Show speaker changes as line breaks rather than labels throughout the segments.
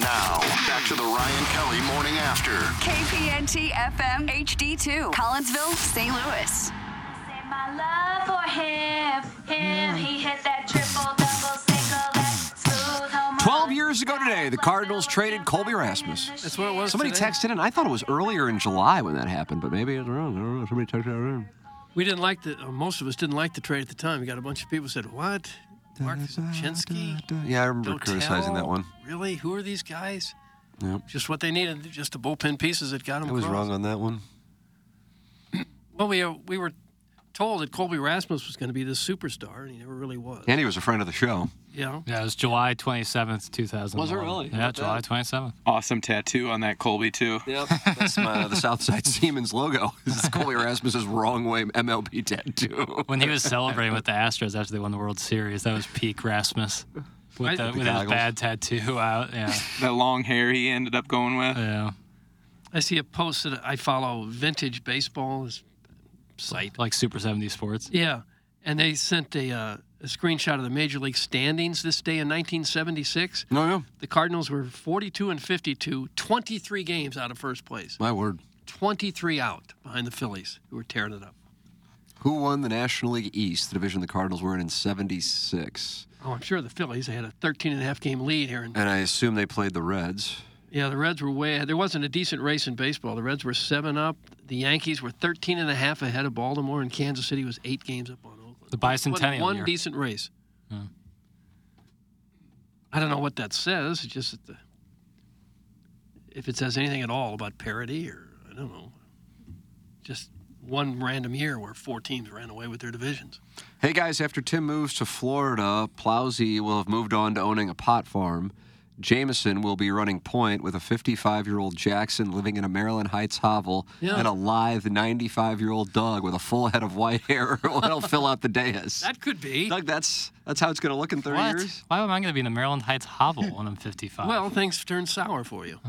Now, back to the Ryan Kelly Morning After.
KPNT FM HD2, Collinsville, St. Louis.
Say my love for him, him. He hit that triple double single, that smooth home
12 years ago today, the Cardinals traded Colby Rasmus.
That's what it was.
Somebody
today.
texted in. I thought it was earlier in July when that happened, but maybe I was wrong. I don't know. Somebody texted in.
We didn't like the. Or most of us didn't like the trade at the time. You got a bunch of people said, "What? Mark Zinchenski?
Yeah, I remember criticizing that one.
Really? Who are these guys?
Yeah,
Just what they needed. Just the bullpen pieces that got them.
I was wrong on that one.
Well, we uh, we were told that Colby Rasmus was going to be this superstar, and he never really was.
Andy was a friend of the show.
Yeah.
Yeah, it was July 27th, 2000.
Was it really? How
Yeah,
about
July
that?
27th.
Awesome tattoo on that Colby too.
Yep, that's my, uh, the Southside Siemens logo. This is Colby Rasmus's wrong way MLB tattoo.
When he was celebrating with the Astros after they won the World Series, that was peak Rasmus. With, the, with his
goggles.
bad tattoo out. Yeah.
That long hair he ended up going with.
Yeah.
I see a post that I follow, Vintage Baseball is site.
Like Super 70 Sports.
Yeah, and they sent a, uh, a screenshot of the major league standings this day in 1976.
No, no,
The Cardinals were 42 and 52, 23 games out of first place,
my word.
23 out behind the Phillies, who were tearing it up.
Who won the National League East, the division the Cardinals were in in '76?
Oh, I'm sure the Phillies they had a 13 and a half game lead here, and
And I assume they played the Reds.
yeah, the Reds were way. ahead. There wasn't a decent race in baseball. The Reds were seven up. The Yankees were 13 and a half ahead of Baltimore, and Kansas City was eight games up on Oakland.
The
One-
bicentennial
One
year.
decent race. I don't know what that says. It's just that the, if it says anything at all about parity or I don't know, just one random year where four teams ran away with their divisions.
Hey guys, after Tim moves to Florida, Plowsy will have moved on to owning a pot farm. Jameson will be running point with a 55 year old Jackson living in a Maryland Heights hovel
Yeah.
and a lithe 95 year old Doug with a full head of white hair. That'll fill out the dais.
That could be.
Doug, that's that's how it's going to look in 30
What?
years.
Why am I going to be in the Maryland Heights hovel when I'm 55?
Well, things turned sour for you.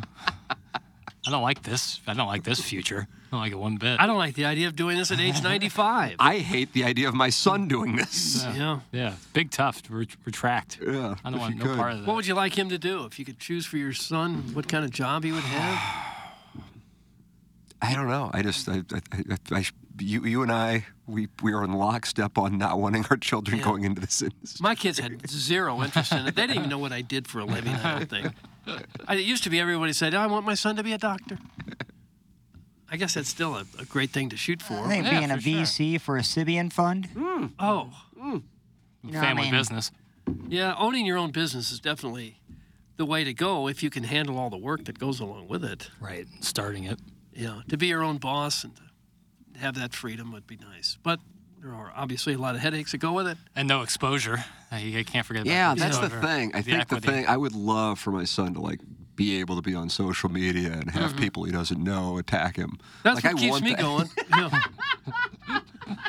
I don't like this. I don't like this future. I don't like it one bit.
I don't like the idea of doing this at age 95.
I hate the idea of my son doing this.
yeah.
Yeah. Big tough. to Re- retract.
Yeah,
I
if
don't want
you
no
could.
part of
What
that.
would you like him to do if you could choose for your son what kind of job he would have?
I don't know. I just, I, I, I, I, you, you and I, we, we are in lockstep on not wanting our children going into this industry.
My kids had zero interest in it. They didn't even know what I did for a living, I don't think. I, it used to be everybody said, "Oh, I want my son to be a doctor. I guess that's still a, a great thing to shoot
I
for.
think
Yeah,
being a
for sure. Mm-hmm.
VC for a Sibian fund.
Oh,
You know what I
Family
mean?
business.
yeah, owning your own business is definitely the way to go if you can handle all the work that goes along with it.
Right. Starting it.
you know, to be your own boss and to have that freedom would be nice. But there are obviously a lot of headaches that go with it.
And no exposure. Uh, You can't forget about
Yeah,
the
that's the
exposure.
thing. I think the
equity.
thing I would love for my son to like be able to be on social media and have people he doesn't know attack him.
That's
like,
what
I
keeps
want
me
that.
going. you know.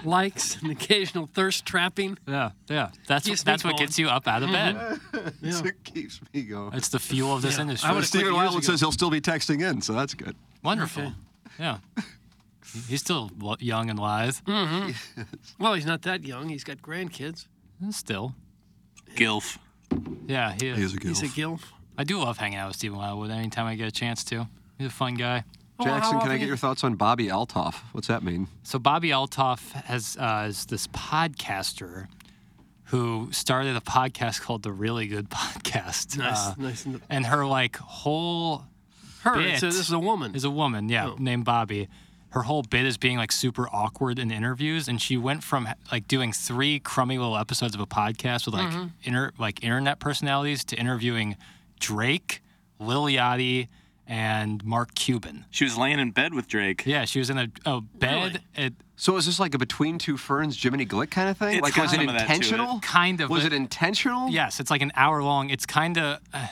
Likes and occasional thirst trapping.
Yeah, yeah. That's
Keeps me
that's what
going.
gets you up out of bed.
That's what keeps me going.
It's the fuel of this
Mm-hmm. Yeah, I
industry.
would've quit
Stephen
years
Wildwood
ago.
says he'll still be texting in, so that's good.
Wonderful. Yeah. He- He's still lo- young and lithe.
Mm. Well, he's not that young. He's got grandkids.
Still.
Gilf.
Yeah, he is.
He is a
He's a
goof.
gilf.
I do love hanging out with Stephen Wildwood anytime I get a chance to. He's a fun guy.
Oh, how
Jackson, can I
often
get
you-
your thoughts on Bobby Altoff? What's that mean?
So Bobby Altoff has uh, is this podcaster who started a podcast called The Really Good Podcast. Uh,
Nice, nice.
And her like whole
Her,
bit Oh.
it's a- this is a woman.
Is a woman, yeah, named Bobby. Her whole bit is being like super awkward in interviews, and she went from like doing three crummy little episodes of a podcast with like
Mhm.
inter like internet personalities to interviewing Drake, Lil Yachty, and Mark Cuban.
She was laying in bed with Drake.
Yeah, she was in a, a bed. At,
so is this like a between two ferns Jiminy Glick kind of thing? like was it intentional?
Kind of.
Was
but-
it intentional?
Yes, it's like an hour long. It's kind of uh,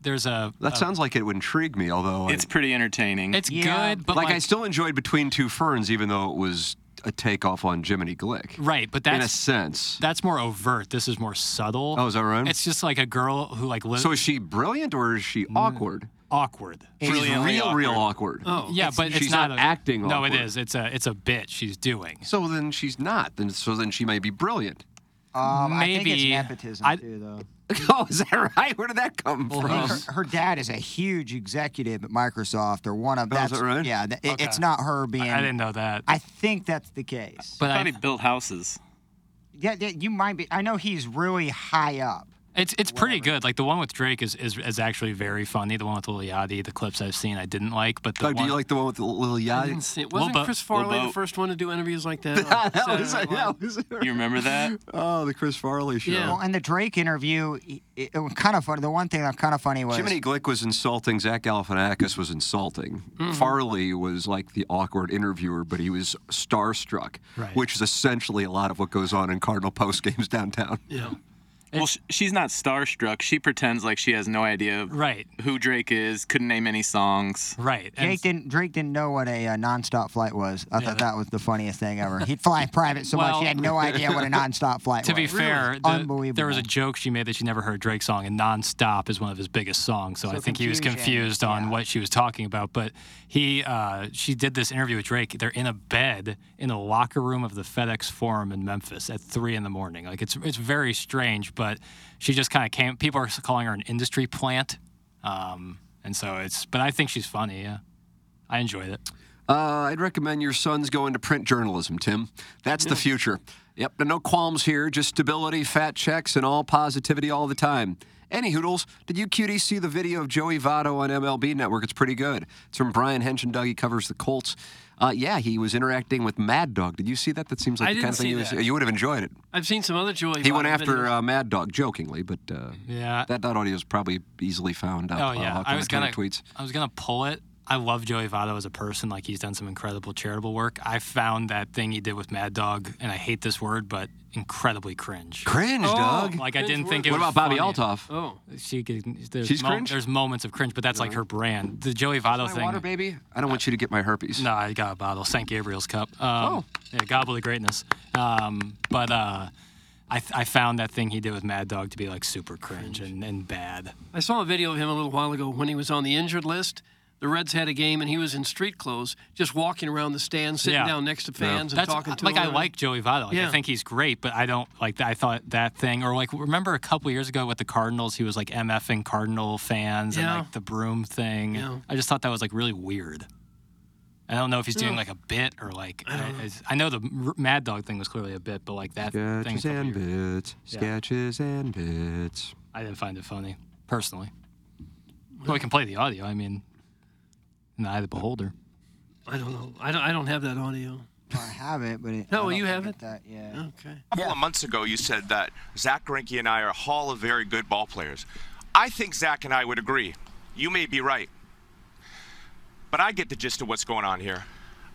there's a.
That
a-
sounds like it would intrigue me, although
It's pretty entertaining.
It's Yeah. good, but
like, I
like-
still enjoyed Between Two Ferns, even though it was a takeoff on Jiminy Glick.
Right, but
in a
that's
sense.
that's more overt. This is more subtle.
Oh, is that right?
It's just like a girl who like lives.
So is she brilliant or is she awkward?
awkward. Oh.
She's real, real awkward.
yeah, but it's
she's
not, a-
acting.
No,
awkward.
it is. It's a it's a bit she's doing.
So then she's not. Then so then she may be brilliant.
Um, I think it's
Maybe-
nepotism
I-
too, though.
oh, is that right? Where did that come
Well,
from?
her, her dad is a huge executive at Microsoft, or one of
Oh, is
that's
that right?
Yeah, th- it- it's
Okay.
not her being.
I didn't know that.
I think that's the case.
I thought he built houses.
yeah, yeah, you might be. I know he's really high up.
It's it's pretty good. Like the one with Drake is, is is actually very funny. The one with Lil Yachty, the clips I've seen, I didn't like. But the
Oh,
one
do you like the one with the little
I
yacht?
didn't see it. Wasn't
Lobo-
Chris Farley
Lobo-
the first one to do interviews like that? on
that was,
Saturday Night Live?
that was,
um, You remember that?
oh, the Chris Farley show.
Well, and the Drake interview, it, it, was kind of funny. The one thing that kind of funny was
Jiminy Glick was insulting. Zach Galifianakis was insulting.
Mm-hmm.
Farley was like the awkward interviewer, but he was starstruck,
Right.
which is essentially a lot of what goes on in Cardinal post games downtown.
Yeah.
Well, sh- she's not starstruck. She pretends like she has no idea
right,
who Drake is. Couldn't name any songs.
right. And
Drake didn't Drake didn't know what a uh, nonstop flight was. I thought that was the funniest thing ever. He'd fly private so much
Well-
he had no idea what a nonstop flight
to
was.
be fair, the-
unbelievable.
there was a joke she made that she never heard Drake's song, and "Nonstop" is one of his biggest songs. So, I think he was
confusion,
confused on what she was talking about. But he, uh, she did this interview with Drake. They're in a bed in the locker room of the FedEx Forum in Memphis at three in the morning. Like it's it's very strange, but she just kind of came. People are calling her an industry plant, um, and so it's. But I think she's funny. Yeah, I enjoyed it.
Uh, I'd recommend your sons go into print journalism, Tim. That's the future. Yep, no qualms here, just stability, fat checks, and all positivity all the time. Any hoodles, did you cutie see the video of Joey Votto on MLB Network? It's pretty good. It's from Brian Hench and Dougie covers the Colts. Uh, yeah, he was interacting with Mad Dog. Did you see that? That seems like
I
the kind
didn't
of thing
see
you, was,
that.
you would have enjoyed it.
I've seen some other Joey.
He went
Votto
after
videos.
uh, Mad Dog jokingly, but uh,
Yeah.
that, that audio is probably easily found. Up,
Oh yeah,
uh, up
I
on
was
the Twitter
gonna
tweets.
I was gonna pull it. I love Joey Votto as a person. Like he's done some incredible charitable work. I found that thing he did with Mad Dog, and I hate this word, but incredibly cringe.
Cringe, dog.
Oh, Like I didn't think it
What
was.
about Bobby
funny.
Altoff?
Oh,
She can, there's
She's
mo-
cringe?
There's moments of cringe, but that's like her brand. The Joey Votto
My
thing.
water baby. I don't want you to get my herpes.
No, I got a bottle. St. Gabriel's cup. Um,
Oh.
Yeah, gobble of greatness. Um, but uh, I, th- I found that thing he did with Mad Dog to be like super cringe and, and bad.
I saw a video of him a little while ago when he was on the injured list. The Reds had a game and he was in street clothes, just walking around the stands, sitting
Yeah.
down next to fans and
That's uh,
talking to
like
them.
I like Joey Votto. Like, I
Yeah.
think he's great, but I don't like. I thought that thing, or like remember a couple years ago with the Cardinals, he was like mfing Cardinal fans
Yeah.
and like the broom thing.
Yeah.
I just thought that was like really weird. I don't know if he's doing
Yeah.
like a bit or like I, it's- I know the r- Mad Dog thing was clearly a bit, but like that thing,
Sketches
a couple
and
years-
bits.
Yeah.
Sketches and bits.
I didn't find it funny personally. Well, we can play the audio. I mean, in the eye of the beholder.
I don't know. I don't, I don't have that audio.
I have it, but it,
No,
I don't
you
think
have
it's
it?
That, yeah.
Okay.
A couple of months ago, you said that Zach Greinke and I are Hall of Very Good ball players. I think Zach and I would agree. You may be right. But I get the gist of what's going on here.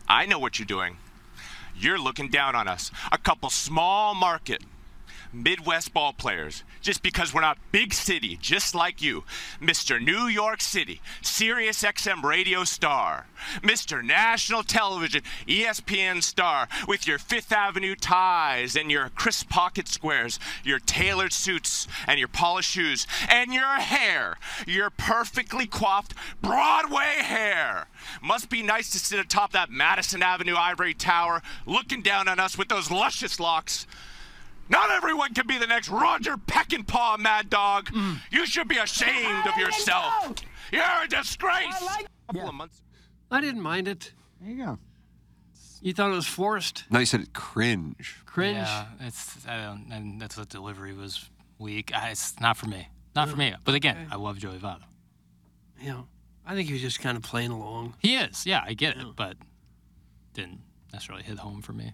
I know what you're doing. You're looking down on us, a couple small market Midwest ball players, just because we're not big city, just like you, Mr. New York City, Sirius XM radio star, Mr. National Television, ESPN star, with your Fifth Avenue ties and your crisp pocket squares, your tailored suits and your polished shoes, and your hair, your perfectly coiffed Broadway hair. Must be nice to sit atop that Madison Avenue ivory tower, looking down on us with those luscious locks. Not everyone can be the next Roger Peckinpah, Mad Dog. You should be ashamed of yourself. You're a disgrace.
I didn't mind it.
There you go.
You thought it was forced?
No, you said cringe.
Cringe?
Yeah, it's I don't, and that's what delivery was weak. I, it's not for me. Not for me. But again, I love Joey Votto.
Yeah. I think he was just kind of playing along.
He is. Yeah, I get it, but didn't necessarily hit home for me.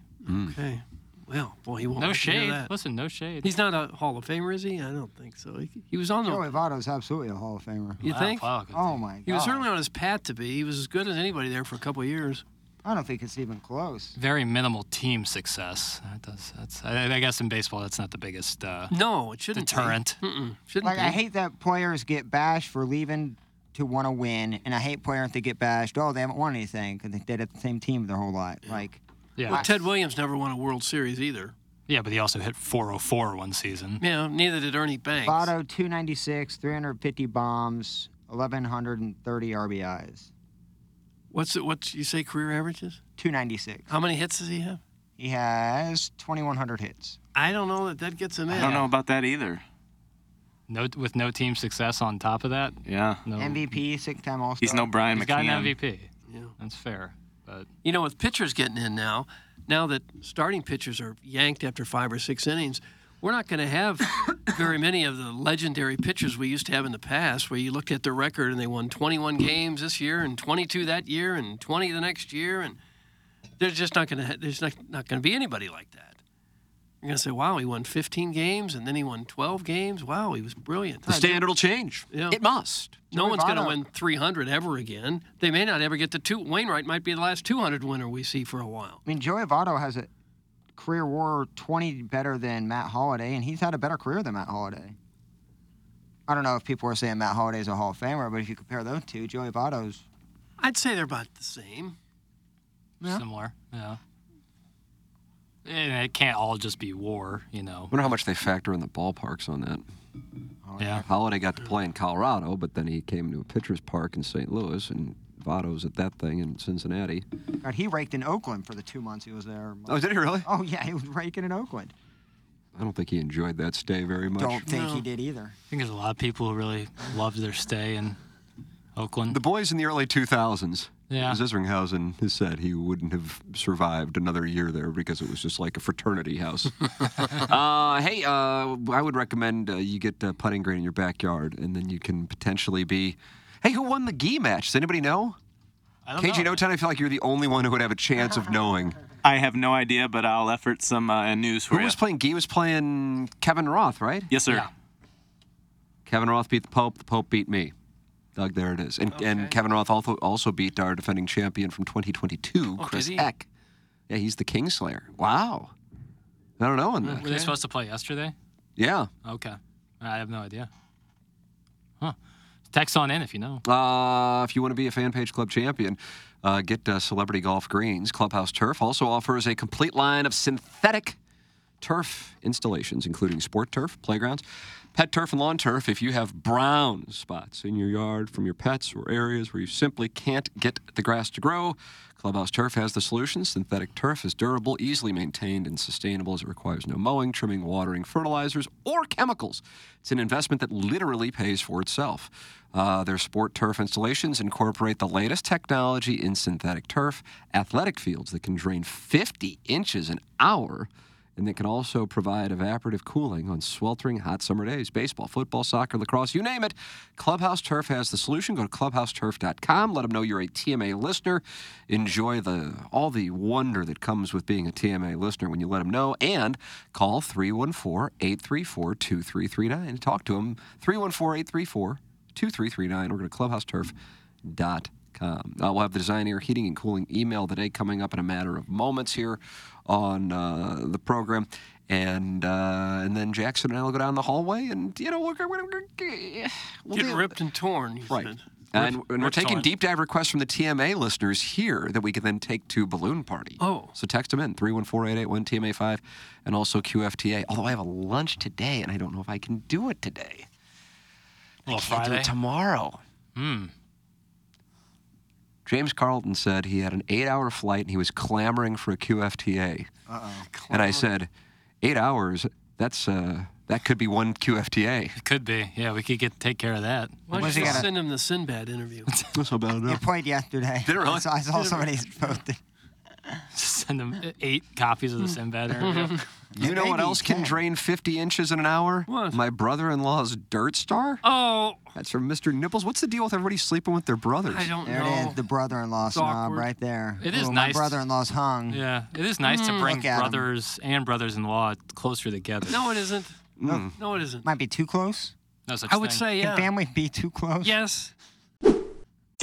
Okay. Well, boy, he won't.
No
like to hear
shade.
that.
Listen, no shade.
He's not a Hall of Famer, is he? I don't think so. He, he was on the.
Joey Votto's absolutely a Hall of Famer.
You Wow, think? wow, good
oh my god.
He was certainly on his path to be. He was as good as anybody there for a couple of years.
I don't think it's even close.
Very minimal team success. That does. That's. I, I guess in baseball, that's not the biggest. Uh,
no, it shouldn't. be.
Deterrent.
Mm-mm, shouldn't
like
be.
I hate that players get bashed for leaving to want to win, and I hate players that get bashed. Oh, they haven't won anything because they did at the same team their whole life. Like,
Yeah.
Well, Ted Williams never won a World Series either.
Yeah, but he also hit 404 one season.
Yeah, neither did Ernie Banks.
Votto 296, 350 bombs, 1130 RBIs,
What's it? What you say? Career averages?
296.
How many hits does he have?
He has 2100 hits.
I don't know that that gets him in.
about that either. No, with no team success on top of that.
Yeah.
No.
MVP, six-time All-Star.
He's got an MVP. Yeah, that's fair. But
You know, with pitchers getting in now, now that starting pitchers are yanked after five or six innings, we're not going to have very many of the legendary pitchers we used to have in the past, where you looked at their record and they won 21 games this year and 22 that year and 20 the next year, and there's just not going to ha- there's not, not going to be anybody like that. You're going to say, "Wow, he won 15 games and then he won 12 games. Wow, he was brilliant."
The standard will change. It must.
No
Joey
one's going to
Votto-
win 300 ever again. They may not ever get to two. Wainwright might be the last 200 winner we see for a while.
I mean, Joey Votto has a career war 20 better than Matt Holliday, and he's had a better career than Matt Holliday. I don't know if people are saying Matt Holliday's a Hall of Famer, but if you compare those two, Joey Votto's
I'd say they're about the same.
similar. Yeah. And it can't all just be war, you know.
wonder how much they factor in the ballparks on that.
Oh,
Yeah.
Holiday got to play in Colorado, but then he came to a pitcher's park in St. Louis, and Votto's at that thing in Cincinnati.
God, he raked in Oakland for the two months he was there.
Oh, did he really?
Oh yeah, he was raking in Oakland.
I don't think he enjoyed that stay very much.
Don't think he did either.
I think there's a lot of people who really loved their stay in Oakland.
The boys in the early 2000s.
Yeah.
Zizringhausen has said he wouldn't have survived another year there because it was just like a fraternity house. uh, hey, uh, I would recommend uh, you get uh, putting green in your backyard, and then you can potentially be. Hey, who won the gi match? Does anybody know?
I
don't
KG
know.
Notan, I feel like you're the only one who would have a chance of knowing.
I have no idea, but I'll effort some uh, news for
Who
you.
was playing? Gee was playing Kevin Roth, right?
Yes, sir.
Kevin Roth beat the Pope. The Pope beat me. Doug, there it is. And, and Kevin Roth also, also beat our defending champion from 2022,
Oh,
Chris
did he?
Eck. Yeah, he's the Kingslayer. Wow. I don't know. In that.
Were they supposed to play yesterday?
Yeah.
Okay. I have no idea. Huh. Text on in if you know.
Uh, if you want to be a fan page club champion, uh, get uh, Celebrity Golf Greens. Clubhouse Turf also offers a complete line of synthetic turf installations, including sport turf, playgrounds, pet turf, and lawn turf. If you have brown spots in your yard from your pets or areas where you simply can't get the grass to grow, Clubhouse Turf has the solution. Synthetic turf is durable, easily maintained, and sustainable as it requires no mowing, trimming, watering, fertilizers, or chemicals. It's an investment that literally pays for itself. Uh, their sport turf installations incorporate the latest technology in synthetic turf, athletic fields that can drain 50 inches an hour and that can also provide evaporative cooling on sweltering hot summer days. Baseball, football, soccer, lacrosse, you name it. Clubhouse Turf has the solution. Go to clubhouseturf.com. Let them know you're a TMA listener. Enjoy the all the wonder that comes with being a TMA listener when you let them know. And call 314-834-2339. Talk to them. 314-834-2339 or go to clubhouseturf.com. Com. Uh, we'll have the design, air, heating, and cooling email today coming up in a matter of moments here on uh, the program. And uh, and then Jackson and I will go down the hallway, and you know we're, we're, we're, we're we'll
Get
deal-
ripped and torn. You
right.
Said.
And, and we're
ripped
taking
on.
deep dive requests from the TMA listeners here that we can then take to Balloon Party.
Oh.
So text them in 314 TMA5 and also QFTA. Although I have a lunch today and I don't know if I can do it today. I
Well,
can't do
Friday.
it tomorrow.
Hmm.
James Carlton said he had an eight hour flight and he was clamoring for a QFTA.
Uh-oh.
And I said, eight hours, that's uh, that could be one QFTA.
It could be. Yeah, we could get take care of that.
Why don't you just send him the Sinbad interview?
That's about
It played yesterday.
Did it really?
I saw, I saw
Did it
somebody
really?
posted.
send them eight copies of the Sinbad interview.
You know what else can drain 50 inches in an hour? My brother in law's dirt star?
Oh.
That's from Mr. Nipples. What's the deal with everybody sleeping with their brothers?
I don't
There it is, the brother-in-law
It's
snob
awkward.
right there.
It is
Ooh,
nice.
My brother-in-law's hung.
Yeah, it is nice to
Mm.
Mm-hmm.
bring
Look at 'em.
brothers and brothers-in-law closer together.
No, it isn't.
Mm.
No, it isn't.
Might be too close.
No such
I would
thing.
say,
Hmm. Can
yeah.
family be too close?
Yes.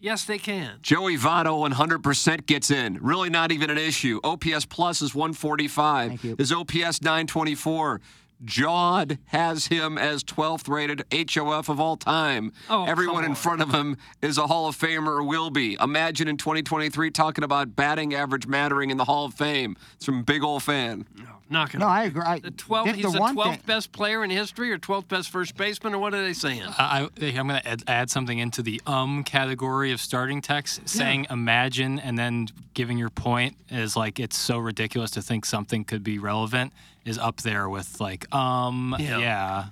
Yes, they can.
Joey Votto 100% gets in. Really not even an issue. OPS plus is 145. His OPS 924. Jawed has him as 12th rated HOF of all time.
Oh,
Everyone
come
in front of him is a Hall of Famer or will be. Imagine in 2023 talking about batting average mattering in the Hall of Fame. It's from big old fan.
Knock it
No, I agree. I,
The 12,
That's
he's
the
the,
one
12th
thing-
best player in history or 12th best first baseman, or what are they saying?
I, I- I'm going to add, add something into the um category of starting text, saying imagine and then giving your point is like it's so ridiculous to think something could be relevant is up there with like um yeah.
Yeah.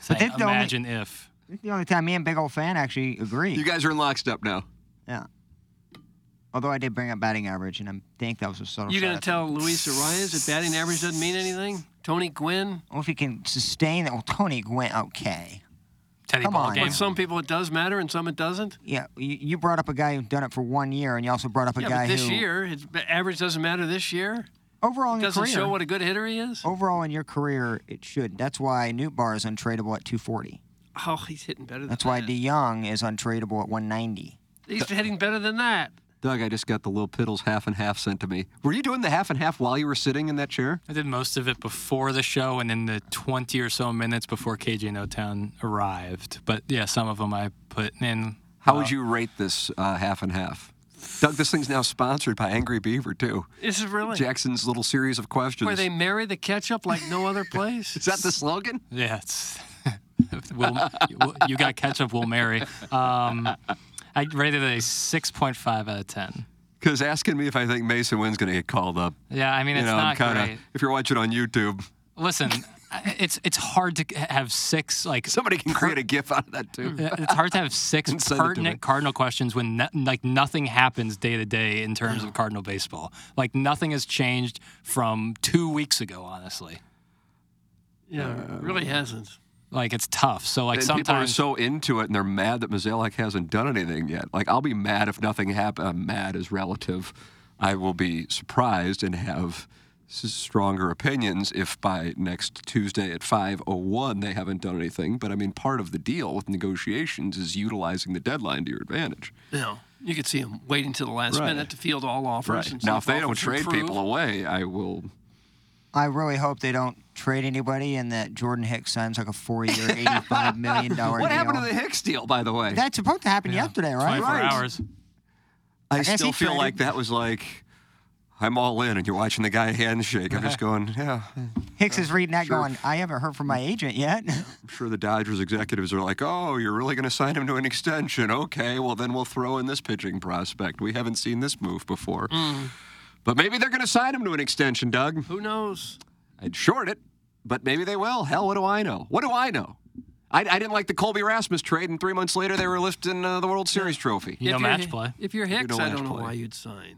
Saying,
they've only-
imagine if.
It's the only time me and Big Old Fan actually agree.
You guys are in lockstep now.
Yeah. Although I did bring up batting average, and I think that was a subtle
You
shot
gonna
at
tell Luis Arias that batting average doesn't mean anything? Tony Gwynn?
Well, if he can sustain it, well, Tony went okay.
Teddy
Come on.
But some people it does matter and some it doesn't.
Yeah, you, you brought up a guy who's done it for one year, and you also brought up a
yeah,
guy
but this
who
year, his ba- average doesn't matter this year.
overall in your
doesn't
career, Oh.
show what a good hitter he is.
overall in your career, it should. That's why Newt Bar is untradeable at 240.
Oh, he's hitting better than
That's why
that.
Mm-hmm.
DeYoung is untradeable at 190.
He's hitting better than that.
Doug, I just got the Lil Piddles half and half sent to me. Were you doing the half and half while you were sitting in that chair?
I did most of it before the show and in the 20 or so minutes before KJ No Town arrived. But yeah, some of them I put in.
How would you rate this uh, half and half? Doug, this thing's now sponsored by Angry Beaver, too.
Is it really?
Jackson's little series of questions.
Where they marry the ketchup like no other place?
Is that the slogan?
Yeah, it's we'll, you- you got ketchup. We'll marry. Um, I rated it a six point five out of ten.
Because asking me if I think Mason Wynn's going to get called up.
Yeah, I mean,
you
it's
know, I'm
not
kinda,
great.
If you're watching on YouTube,
Listen, I- it's it's hard to have six like
somebody can create a GIF out of that too.
It's hard to have six
And send it to me.
pertinent Cardinal questions when no, like nothing happens day to day in terms of Cardinal baseball. Like nothing has changed from two weeks ago. Honestly,
Yeah, really
Uh.
hasn't.
like it's tough. So like
and people are
sometimes
so into it and they're mad that Mazalek hasn't done anything yet. Like, I'll be mad if nothing happens. mad is relative. I will be surprised and have s- stronger opinions if by next Tuesday at 5:01 they haven't done anything. But I mean, part of the deal with negotiations is utilizing the deadline to your advantage.
You know, you could see him waiting till the last
Right.
minute to field all offers. And see
Now, if they don't
offers
trade
improve.
people away, I will.
I really hope they don't trade anybody, and that Jordan Hicks signs like a four-year, eighty-five million dollar
what
deal.
happened to the Hicks deal, by the way?
That's supposed to happen yesterday, right?
24 hours.
I,
I guess
still
he
feel
traded-
like that was like, I'm all in, and you're watching the guy handshake. I'm just going, yeah.
Hicks is reading that, going, "I haven't heard from my agent yet."
I'm sure the Dodgers executives are like, oh, you're really going to sign him to an extension? Okay, well then we'll throw in this pitching prospect. We haven't seen this move before, but maybe they're going to sign him to an extension, Doug.
Who knows?
I'd short it, but maybe they will. Hell, what do I know? What do I know? I, I didn't like the Colby Rasmus trade, and three months later they were lifting uh, the World Series trophy.
If you're Hi- If you're Hicks, I don't know why you'd sign.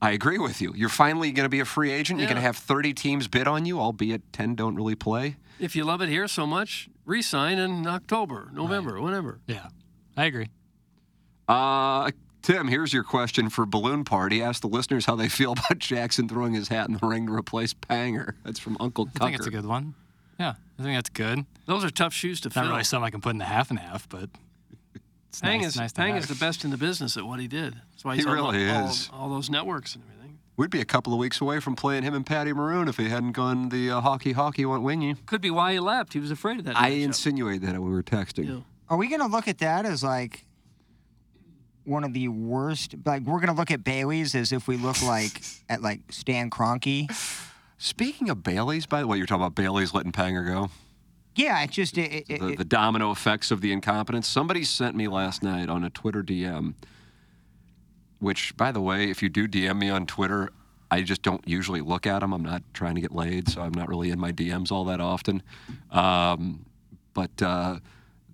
I agree with you. You're finally going to be a free agent. You're going to have 30 teams bid on you, albeit 10 don't really play.
If you love it here so much, resign in October, November, whenever.
Yeah, I agree.
Uh, Tim, here's your question for Balloon Party. Ask the listeners how they feel about Jackson throwing his hat in the ring to replace Panger. That's from Uncle Tucker.
I think it's a good one. Yeah, I think that's good.
Those are tough shoes to
Not
fill.
really something I can put in the half and half, but it's
Pang
nice,
is
nice to
Pang
have.
is the best in the business at what he did. That's why
He
he's on
really
all,
is.
all those networks and everything.
We'd be a couple of weeks away from playing him and Patty Maroon if he hadn't gone the uh, hockey, hockey, went wingy.
Could be why he left. He was afraid of that.
I insinuated that when we were texting.
Are we going to look at that as like one of the worst. Like we're gonna look at Bailey's as if we look like at like Stan Kroenke.
Speaking of Bailey's, by the way, you're talking about Bailey's letting Panger go.
Yeah, it just it, it,
the,
it-
the domino effects of the incompetence. Somebody sent me last night on a Twitter DM, which, by the way, if you do DM me on Twitter, I just don't usually look at them. I'm not trying to get laid, so I'm not really in my DMs all that often. Um, but uh,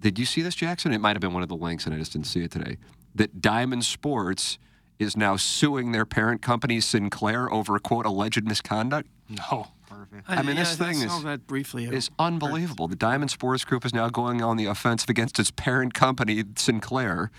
did you see this, Jackson? It might have been one of the links, and I just didn't see it today. That Diamond Sports is now suing their parent company, Sinclair, over, quote, alleged misconduct.
No.
Perfect. I mean, this thing
I saw
is-
that briefly.
is unbelievable. The Diamond Sports Group is now going on the offensive against its parent company, Sinclair.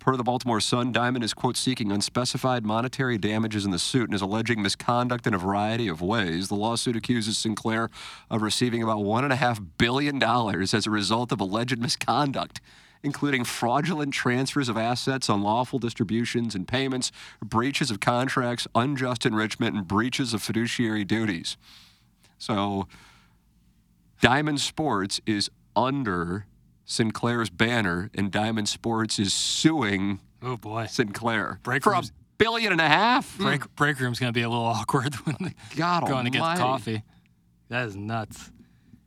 Per the Baltimore Sun, Diamond is, quote, seeking unspecified monetary damages in the suit and is alleging misconduct in a variety of ways. The lawsuit accuses Sinclair of receiving about $1.5 billion as a result of alleged misconduct, including fraudulent transfers of assets, unlawful distributions and payments, breaches of contracts, unjust enrichment, and breaches of fiduciary duties. So, Diamond Sports is under Sinclair's banner, and Diamond Sports is suing
Oh boy.
Sinclair
Break
for a
rooms-
billion and a half.
Hmm.
hmm.
Break break room's gonna be a little awkward when they
God
going to get
almighty.
coffee. That is nuts.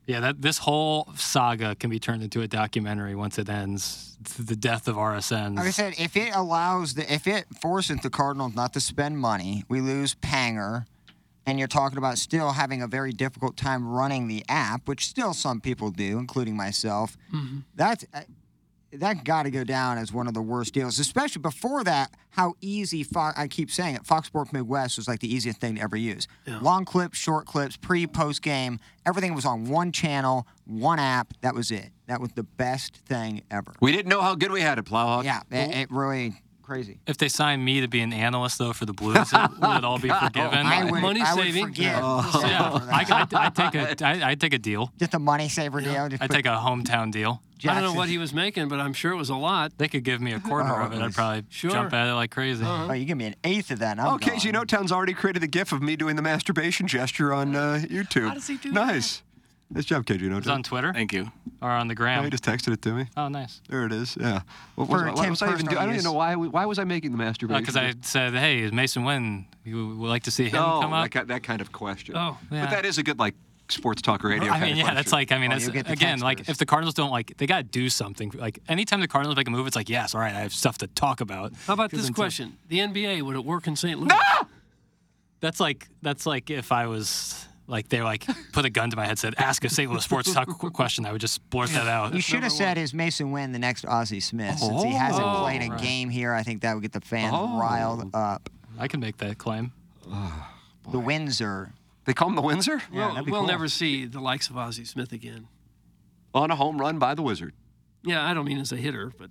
Yeah, that this whole saga can be turned into a documentary once it ends. Th- The death of RSNs.
Like I said, if it allows the if it forces the Cardinals not to spend money, we lose Panger, and you're talking about still having a very difficult time running the app, which still some people do, including myself. That's uh, that got to go down as one of the worst deals, especially before that. How easy Fox, I keep saying it, Fox Sports Midwest was like the easiest thing to ever use. Long clips, short clips, pre, post game, everything was on one channel, one app. That was it. That was the best thing ever.
We didn't know how good we had it, Plowhawk.
Yeah, it, it really crazy.
If they sign me to be an analyst though for the Blues, it, would it all be
God,
forgiven?
Oh, I would- Money I would saving? forgive.
Oh. Yeah, I, I, I take a I, I take a deal.
Just a money saver deal. Just
I
put-
take a hometown deal.
I don't know what he was making, but I'm sure it was a lot.
They could give me a quarter of it. I'd probably
Sure.
jump at it like crazy.
Oh, you give me an eighth of that. And I'm
Oh, Casey Notown's already created the gif of me doing the masturbation gesture on uh, YouTube. How does he do Nice. Nice job, KG Notown.
It's on Twitter.
Thank you.
Or on the gram.
No, he just texted it to me.
Oh, nice.
There it is. Yeah. What was,
For
I- what
Tim's
was I even
personal
doing? I don't
use.
even know why. Why was I making the masturbation?
Because Oh, I said, hey, is Mason Wynn? You would Oh, like to see him
no,
come up?
Oh, That, ki- that kind of question.
Oh, yeah.
But that is a good like sports talk radio.
I
kind
mean,
of
yeah,
question.
that's like, I mean, that's, again, like if Oh, the Cardinals don't like, they got to do something. Like anytime the Cardinals make a move, it's like, yes, all right, I have stuff to talk about.
How about
Because
this
until-
question? The NBA, would it work in St. Louis?
Ah!
That's like, that's like if I was like, they like put a gun to my head, said, ask a St. Louis sports talk qu- question, I would just blurt that out.
You should have said, is Mason Wynn the next Ozzie Smith? Since he
Oh,
hasn't played a
right.
game here, I think that would get the fans
Oh.
riled up.
I can make that claim.
the Windsor.
They call him the Windsor?
we'll we'll never see the likes of Ozzie Smith again.
On a home run by the Wizard.
Yeah, I don't mean as a hitter, but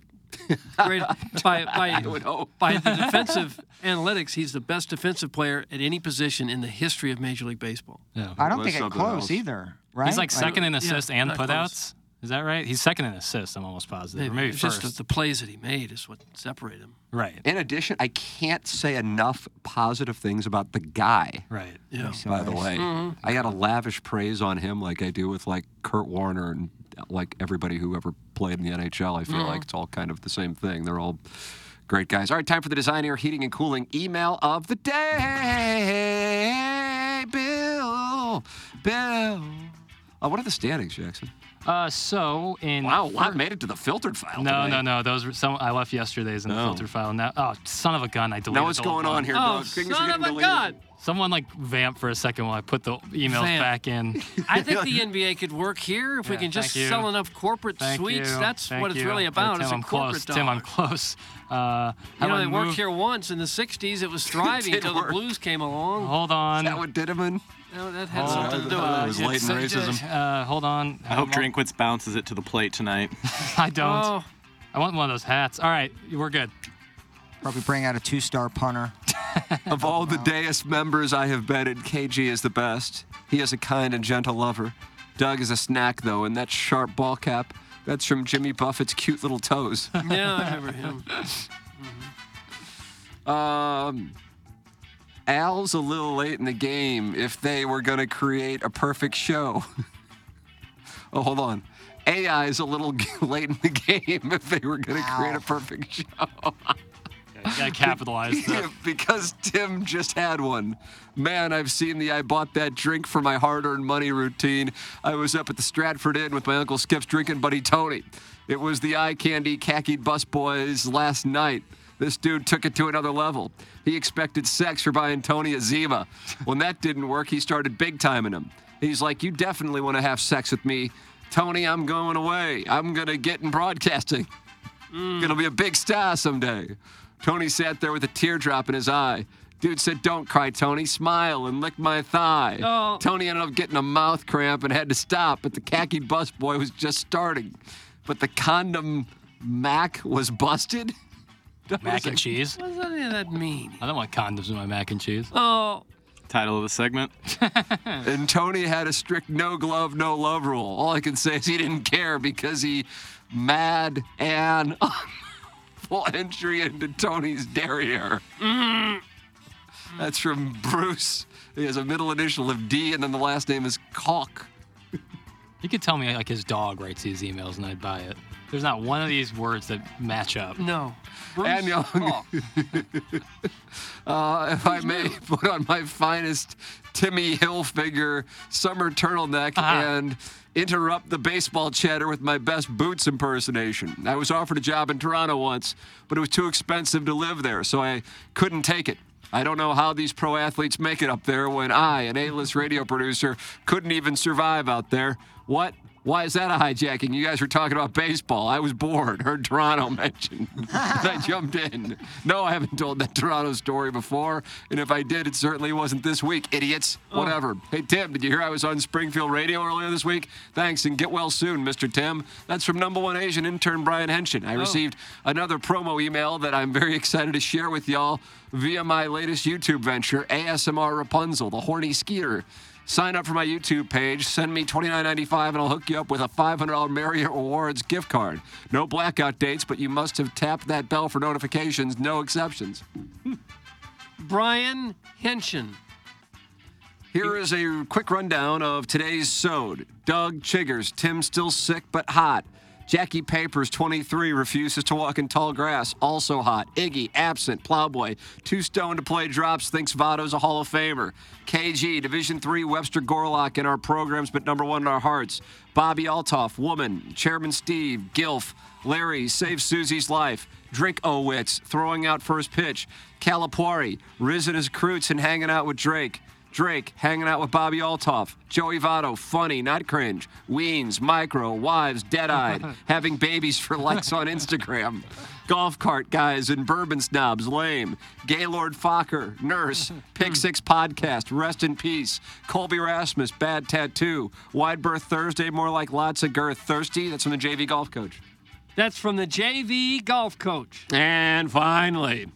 great. by by,
would hope.
by the defensive analytics, he's the best defensive player at any position in the history of Major League Baseball.
Yeah.
I don't think it's close either, right?
He's like second in
Yeah,
assists and
not close.
putouts. Is that right? He's second in assists. I'm almost positive, or maybe
it's
first.
just the plays that he made is what separated him.
right.
In addition, I can't say enough positive things about the guy.
Right.
Yeah.
By the way,
Mhm.
I got to lavish praise on him like I do with like Kurt Warner and like everybody who ever played in the NHL. I feel
Mhm.
like it's all kind of the same thing. They're all great guys. All right, time for the Design Air Heating and Cooling email of the day. Bill, Bill. Uh, what are the standings, Jackson?
Uh, so in
wow, I've made it to the filtered file.
No,
today.
no, no. Those were some I left yesterday's in the
No.
filter file. Now, oh, son of a gun! I deleted.
Now what's
the old
going
one.
on here,
Oh,
Doug? Things are
son
getting
of a
deleted.
gun!
Someone like vamp for a second while I put the emails
Vamp.
back in.
I think the NBA could work here if we
Yeah,
can just
thank you.
sell enough corporate
Thank
suites.
you.
That's
Thank
what it's
you.
really
Hey,
about.
Tim,
It's a
I'm
corporate
close. Tim, I'm
dollar.
close. Uh,
You know, they worked here once in the 60s. It was thriving
did
until the
work. Oh.
Blues came along.
Hold on.
That would did him in.
No, that had
Hold
something to do with
on.
it was latent
so- just, Uh, hold on.
Oh,
I hope Drinkwitz bounces it to the plate tonight.
I don't.
Oh.
I want one of those hats. All right, we're good.
Probably bring out a two-star punter.
Of all the Deus members I have betted, KG is the best. He is a kind and gentle lover. Doug is a snack, though, and that sharp ball cap, that's from Jimmy Buffett's cute little toes.
Yeah, I remember him.
Um, Al's a little late in the game if they were going to create a perfect show. oh, hold on. AI is a little late in the game if they were going to create a perfect show.
gotta capitalize the
because Tim just had one. Man, I've seen the I bought that drink for my hard earned money routine. I was up at the Stratford Inn with my Uncle Skip's drinking buddy Tony. It was the eye candy khaki bus boys last night. This dude took it to another level. He expected sex for buying Tony a Zima. When that didn't work, he started big timing him. He's like, You definitely want to have sex with me. Tony, I'm going away. I'm going to get in broadcasting.
Mm.
Gonna be a big star someday. Tony sat there with a teardrop in his eye. Dude said, Don't cry, Tony. Smile and lick my thigh.
Oh.
Tony ended up getting a mouth cramp and had to stop, but the khaki bus boy was just starting. But the condom Mac was busted?
mac and cheese.
What does any of that mean?
I don't want condoms in my mac and cheese.
Oh,
Title of the segment.
and Tony had a strict no glove, no love rule. All I can say is he didn't care because he mad and full entry into Tony's derriere. That's from Bruce. He has a middle initial of D, and then the last name is Calk.
You could tell me like his dog writes these emails and I'd buy it. There's not one of these words that match up.
No.
and young. uh, if I may, put on my finest Timmy Hilfiger summer turtleneck and interrupt the baseball chatter with my best boots impersonation. I was offered a job in Toronto once, but it was too expensive to live there, so I couldn't take it. I don't know how these pro athletes make it up there when I, an A list radio producer, couldn't even survive out there. What? Why is that a hijacking? You guys were talking about baseball. I was bored. Heard Toronto mentioned. and I jumped in. No, I haven't told that Toronto story before. And if I did, it certainly wasn't this week, idiots. Whatever. Hey, Tim, did you hear I was on Springfield Radio earlier this week? Thanks and get well soon, Mr. Tim. That's from number one Asian intern Brian Henshin. I received another promo email that I'm very excited to share with y'all via my latest YouTube venture, ASMR Rapunzel, the horny skeeter. Sign up for my YouTube page, send me $29.95, and I'll hook you up with a $500 Marriott Rewards gift card. No blackout dates, but you must have tapped that bell for notifications, no exceptions.
Brian Henshin.
Here is a quick rundown of today's sewed. Doug Chiggers, Tim still sick but hot. Jackie Papers, 23, refuses to walk in tall grass, also hot. Iggy, absent, plowboy, too stoned to play drops, thinks Votto's a Hall of Famer. KG, Division 3, Webster Gorlock in our programs, but number one in our hearts. Bobby Altoff, woman. Chairman Steve, Gilf. Larry, save Susie's life. Drink Owitz, throwing out first pitch. Calipari, risen as Kreutz and hanging out with Drake. Drake hanging out with Bobby Altoff, Joey Votto, funny, not cringe, Weens, Micro, Wives, Dead Eyed, having babies for likes on Instagram, Golf Cart Guys and Bourbon Snobs, lame, Gaylord Fokker, Nurse, Pick Six Podcast, Rest in Peace, Colby Rasmus, Bad Tattoo, Wide Berth Thursday, more like lots of girth, Thirsty, that's from the JV Golf Coach.
That's from the JV golf coach.
And finally,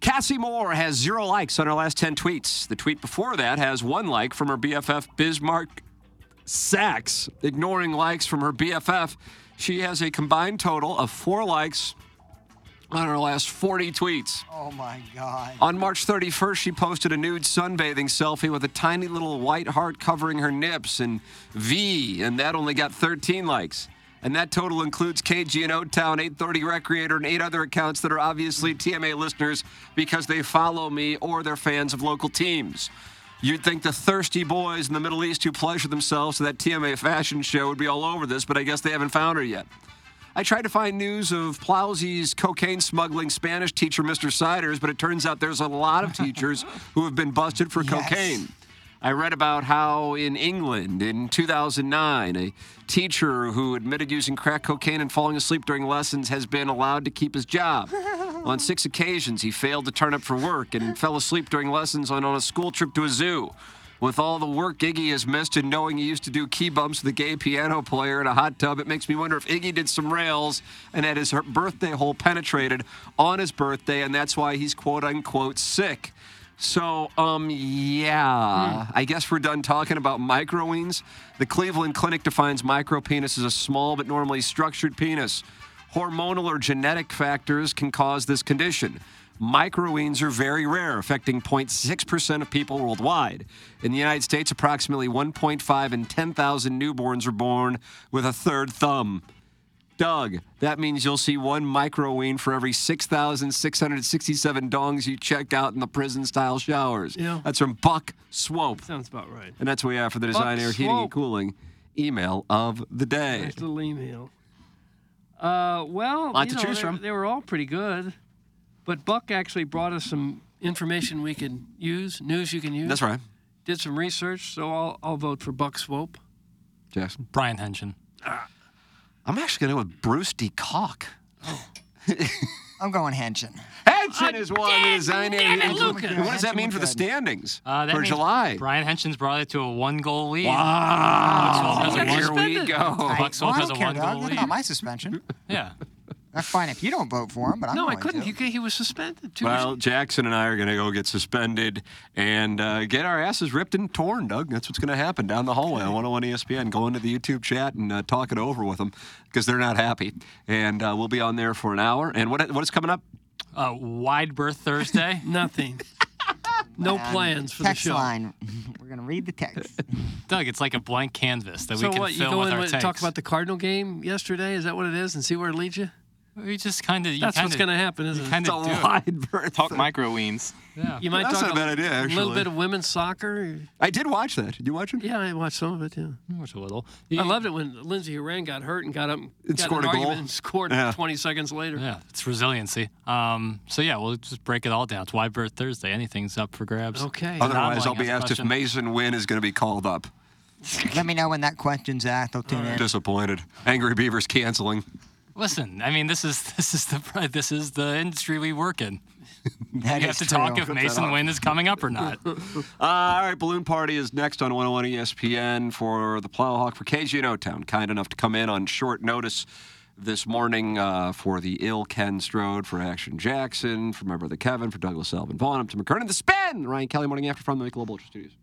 Cassie Moore has zero likes on her last 10 tweets. The tweet before that has one like from her BFF, Bismarck Sachs. Ignoring likes from her BFF, she has a combined total of four likes on her last 40 tweets.
Oh my God.
On March 31st, she posted a nude sunbathing selfie with a tiny little white heart covering her nips and V, and that only got 13 likes. And that total includes KG and O Town, 830 Recreator, and eight other accounts that are obviously TMA listeners because they follow me or they're fans of local teams. You'd think the thirsty boys in the Middle East who pleasure themselves to that TMA fashion show would be all over this, but I guess they haven't found her yet. I tried to find news of Plowsy's cocaine smuggling Spanish teacher, Mr. Siders, but it turns out there's a lot of teachers who have been busted for cocaine. I read about how in England in 2009, a teacher who admitted using crack cocaine and falling asleep during lessons has been allowed to keep his job. on six occasions, he failed to turn up for work and fell asleep during lessons on, on a school trip to a zoo. With all the work Iggy has missed and knowing he used to do key bumps with a gay piano player in a hot tub, it makes me wonder if Iggy did some rails and had his her- birthday hole penetrated on his birthday, and that's why he's quote unquote sick. So, um, yeah, I guess we're done talking about microweens. The Cleveland Clinic defines micropenis as a small but normally structured penis. Hormonal or genetic factors can cause this condition. Microweens are very rare, affecting 0.6% of people worldwide. In the United States, approximately 1.5 in 10,000 newborns are born with a third thumb. Doug, that means you'll see one microween for every 6,667 dongs you checked out in the prison style showers.
Yeah.
That's from Buck Swope.
Sounds about right.
And that's what we have for the Design
Buck
Air Heating and
Swope.
Cooling email of the day.
Nice little email. Uh, well,
Lot
you
to
know,
choose
they,
from.
They were all pretty good, but Buck actually brought us some information we could use, news you can use.
That's right.
Did some research, so I'll, I'll vote for Buck Swope.
Jackson.
Brian Henson.
I'm actually going to go with Bruce D. Cock.
I'm going Henshin.
Henson is one of the Design Air Heating and Cooling.
Lucas.
And What does that mean for the
Henson was good.
standings
Uh, that
for
means
July?
Brian Henson's brought it to a one goal lead.
Wow.
Buck Swope has a
Oh, Here
one-
we go.
Buck Swope
Well, I
has a
don't care,
one
Doug.
goal
That's
lead.
not my suspension.
Yeah.
That's fine if you don't vote for him, but I'm
no, I
going
couldn't.
to.
He, he was suspended. Two
Well, Jackson and I are going to go get suspended and uh, get our asses ripped and torn, Doug. That's what's going to happen down the hallway on 101 ESPN. Go into the YouTube chat and uh, talk it over with them because they're not happy. And uh, we'll be on there for an hour. And what what is coming up?
Uh, wide berth Thursday.
Nothing. No
Um,
plans for the
text
show.
line. We're going to read the text.
Doug, it's like a blank canvas that
so
we can
what? You
fill
go
with
in
our
and talk
takes.
about the Cardinal game yesterday? Is that what it is? And see where it leads you?
We just kind of.
That's what's going to happen, isn't it?
kinda It's a do it. wide
berth.
Talk microweens.
Yeah.
You might
That's
talk
not a bad idea,
A little
actually.
bit of women's soccer.
I did watch that. Did you watch it?
Yeah, I watched some of it. Yeah.
Watch a little.
I loved it when Lindsey Horan got hurt and got up and got in
scored
an
a goal.
argument and scored
Yeah.
20 seconds later.
Yeah, it's resiliency. Um, so yeah, we'll just break it all down. It's wide berth Thursday. Anything's up for grabs.
Okay.
Otherwise,
Nodeling
I'll be
has a
asked if
question.
Mason Wynn is going to be called up.
Let me know when that question's asked. I'll tune in.
Disappointed. Angry Beavers canceling.
Listen, I mean, this is this is the pri- this is the industry we work in.
That
you
is
have to talk
true.
if Mason Wynn is coming up or not.
Uh, all right, Balloon Party is next on 101 ESPN for the Plowhawk for KGNO Town. Kind enough to come in on short notice this morning uh, for the ill Ken Strode, for Action Jackson, for Member of the Kevin, for Douglas Elvin Vaughn, up to McKernan, the Spin, Ryan Kelly, morning after from the Global Ultra Studios.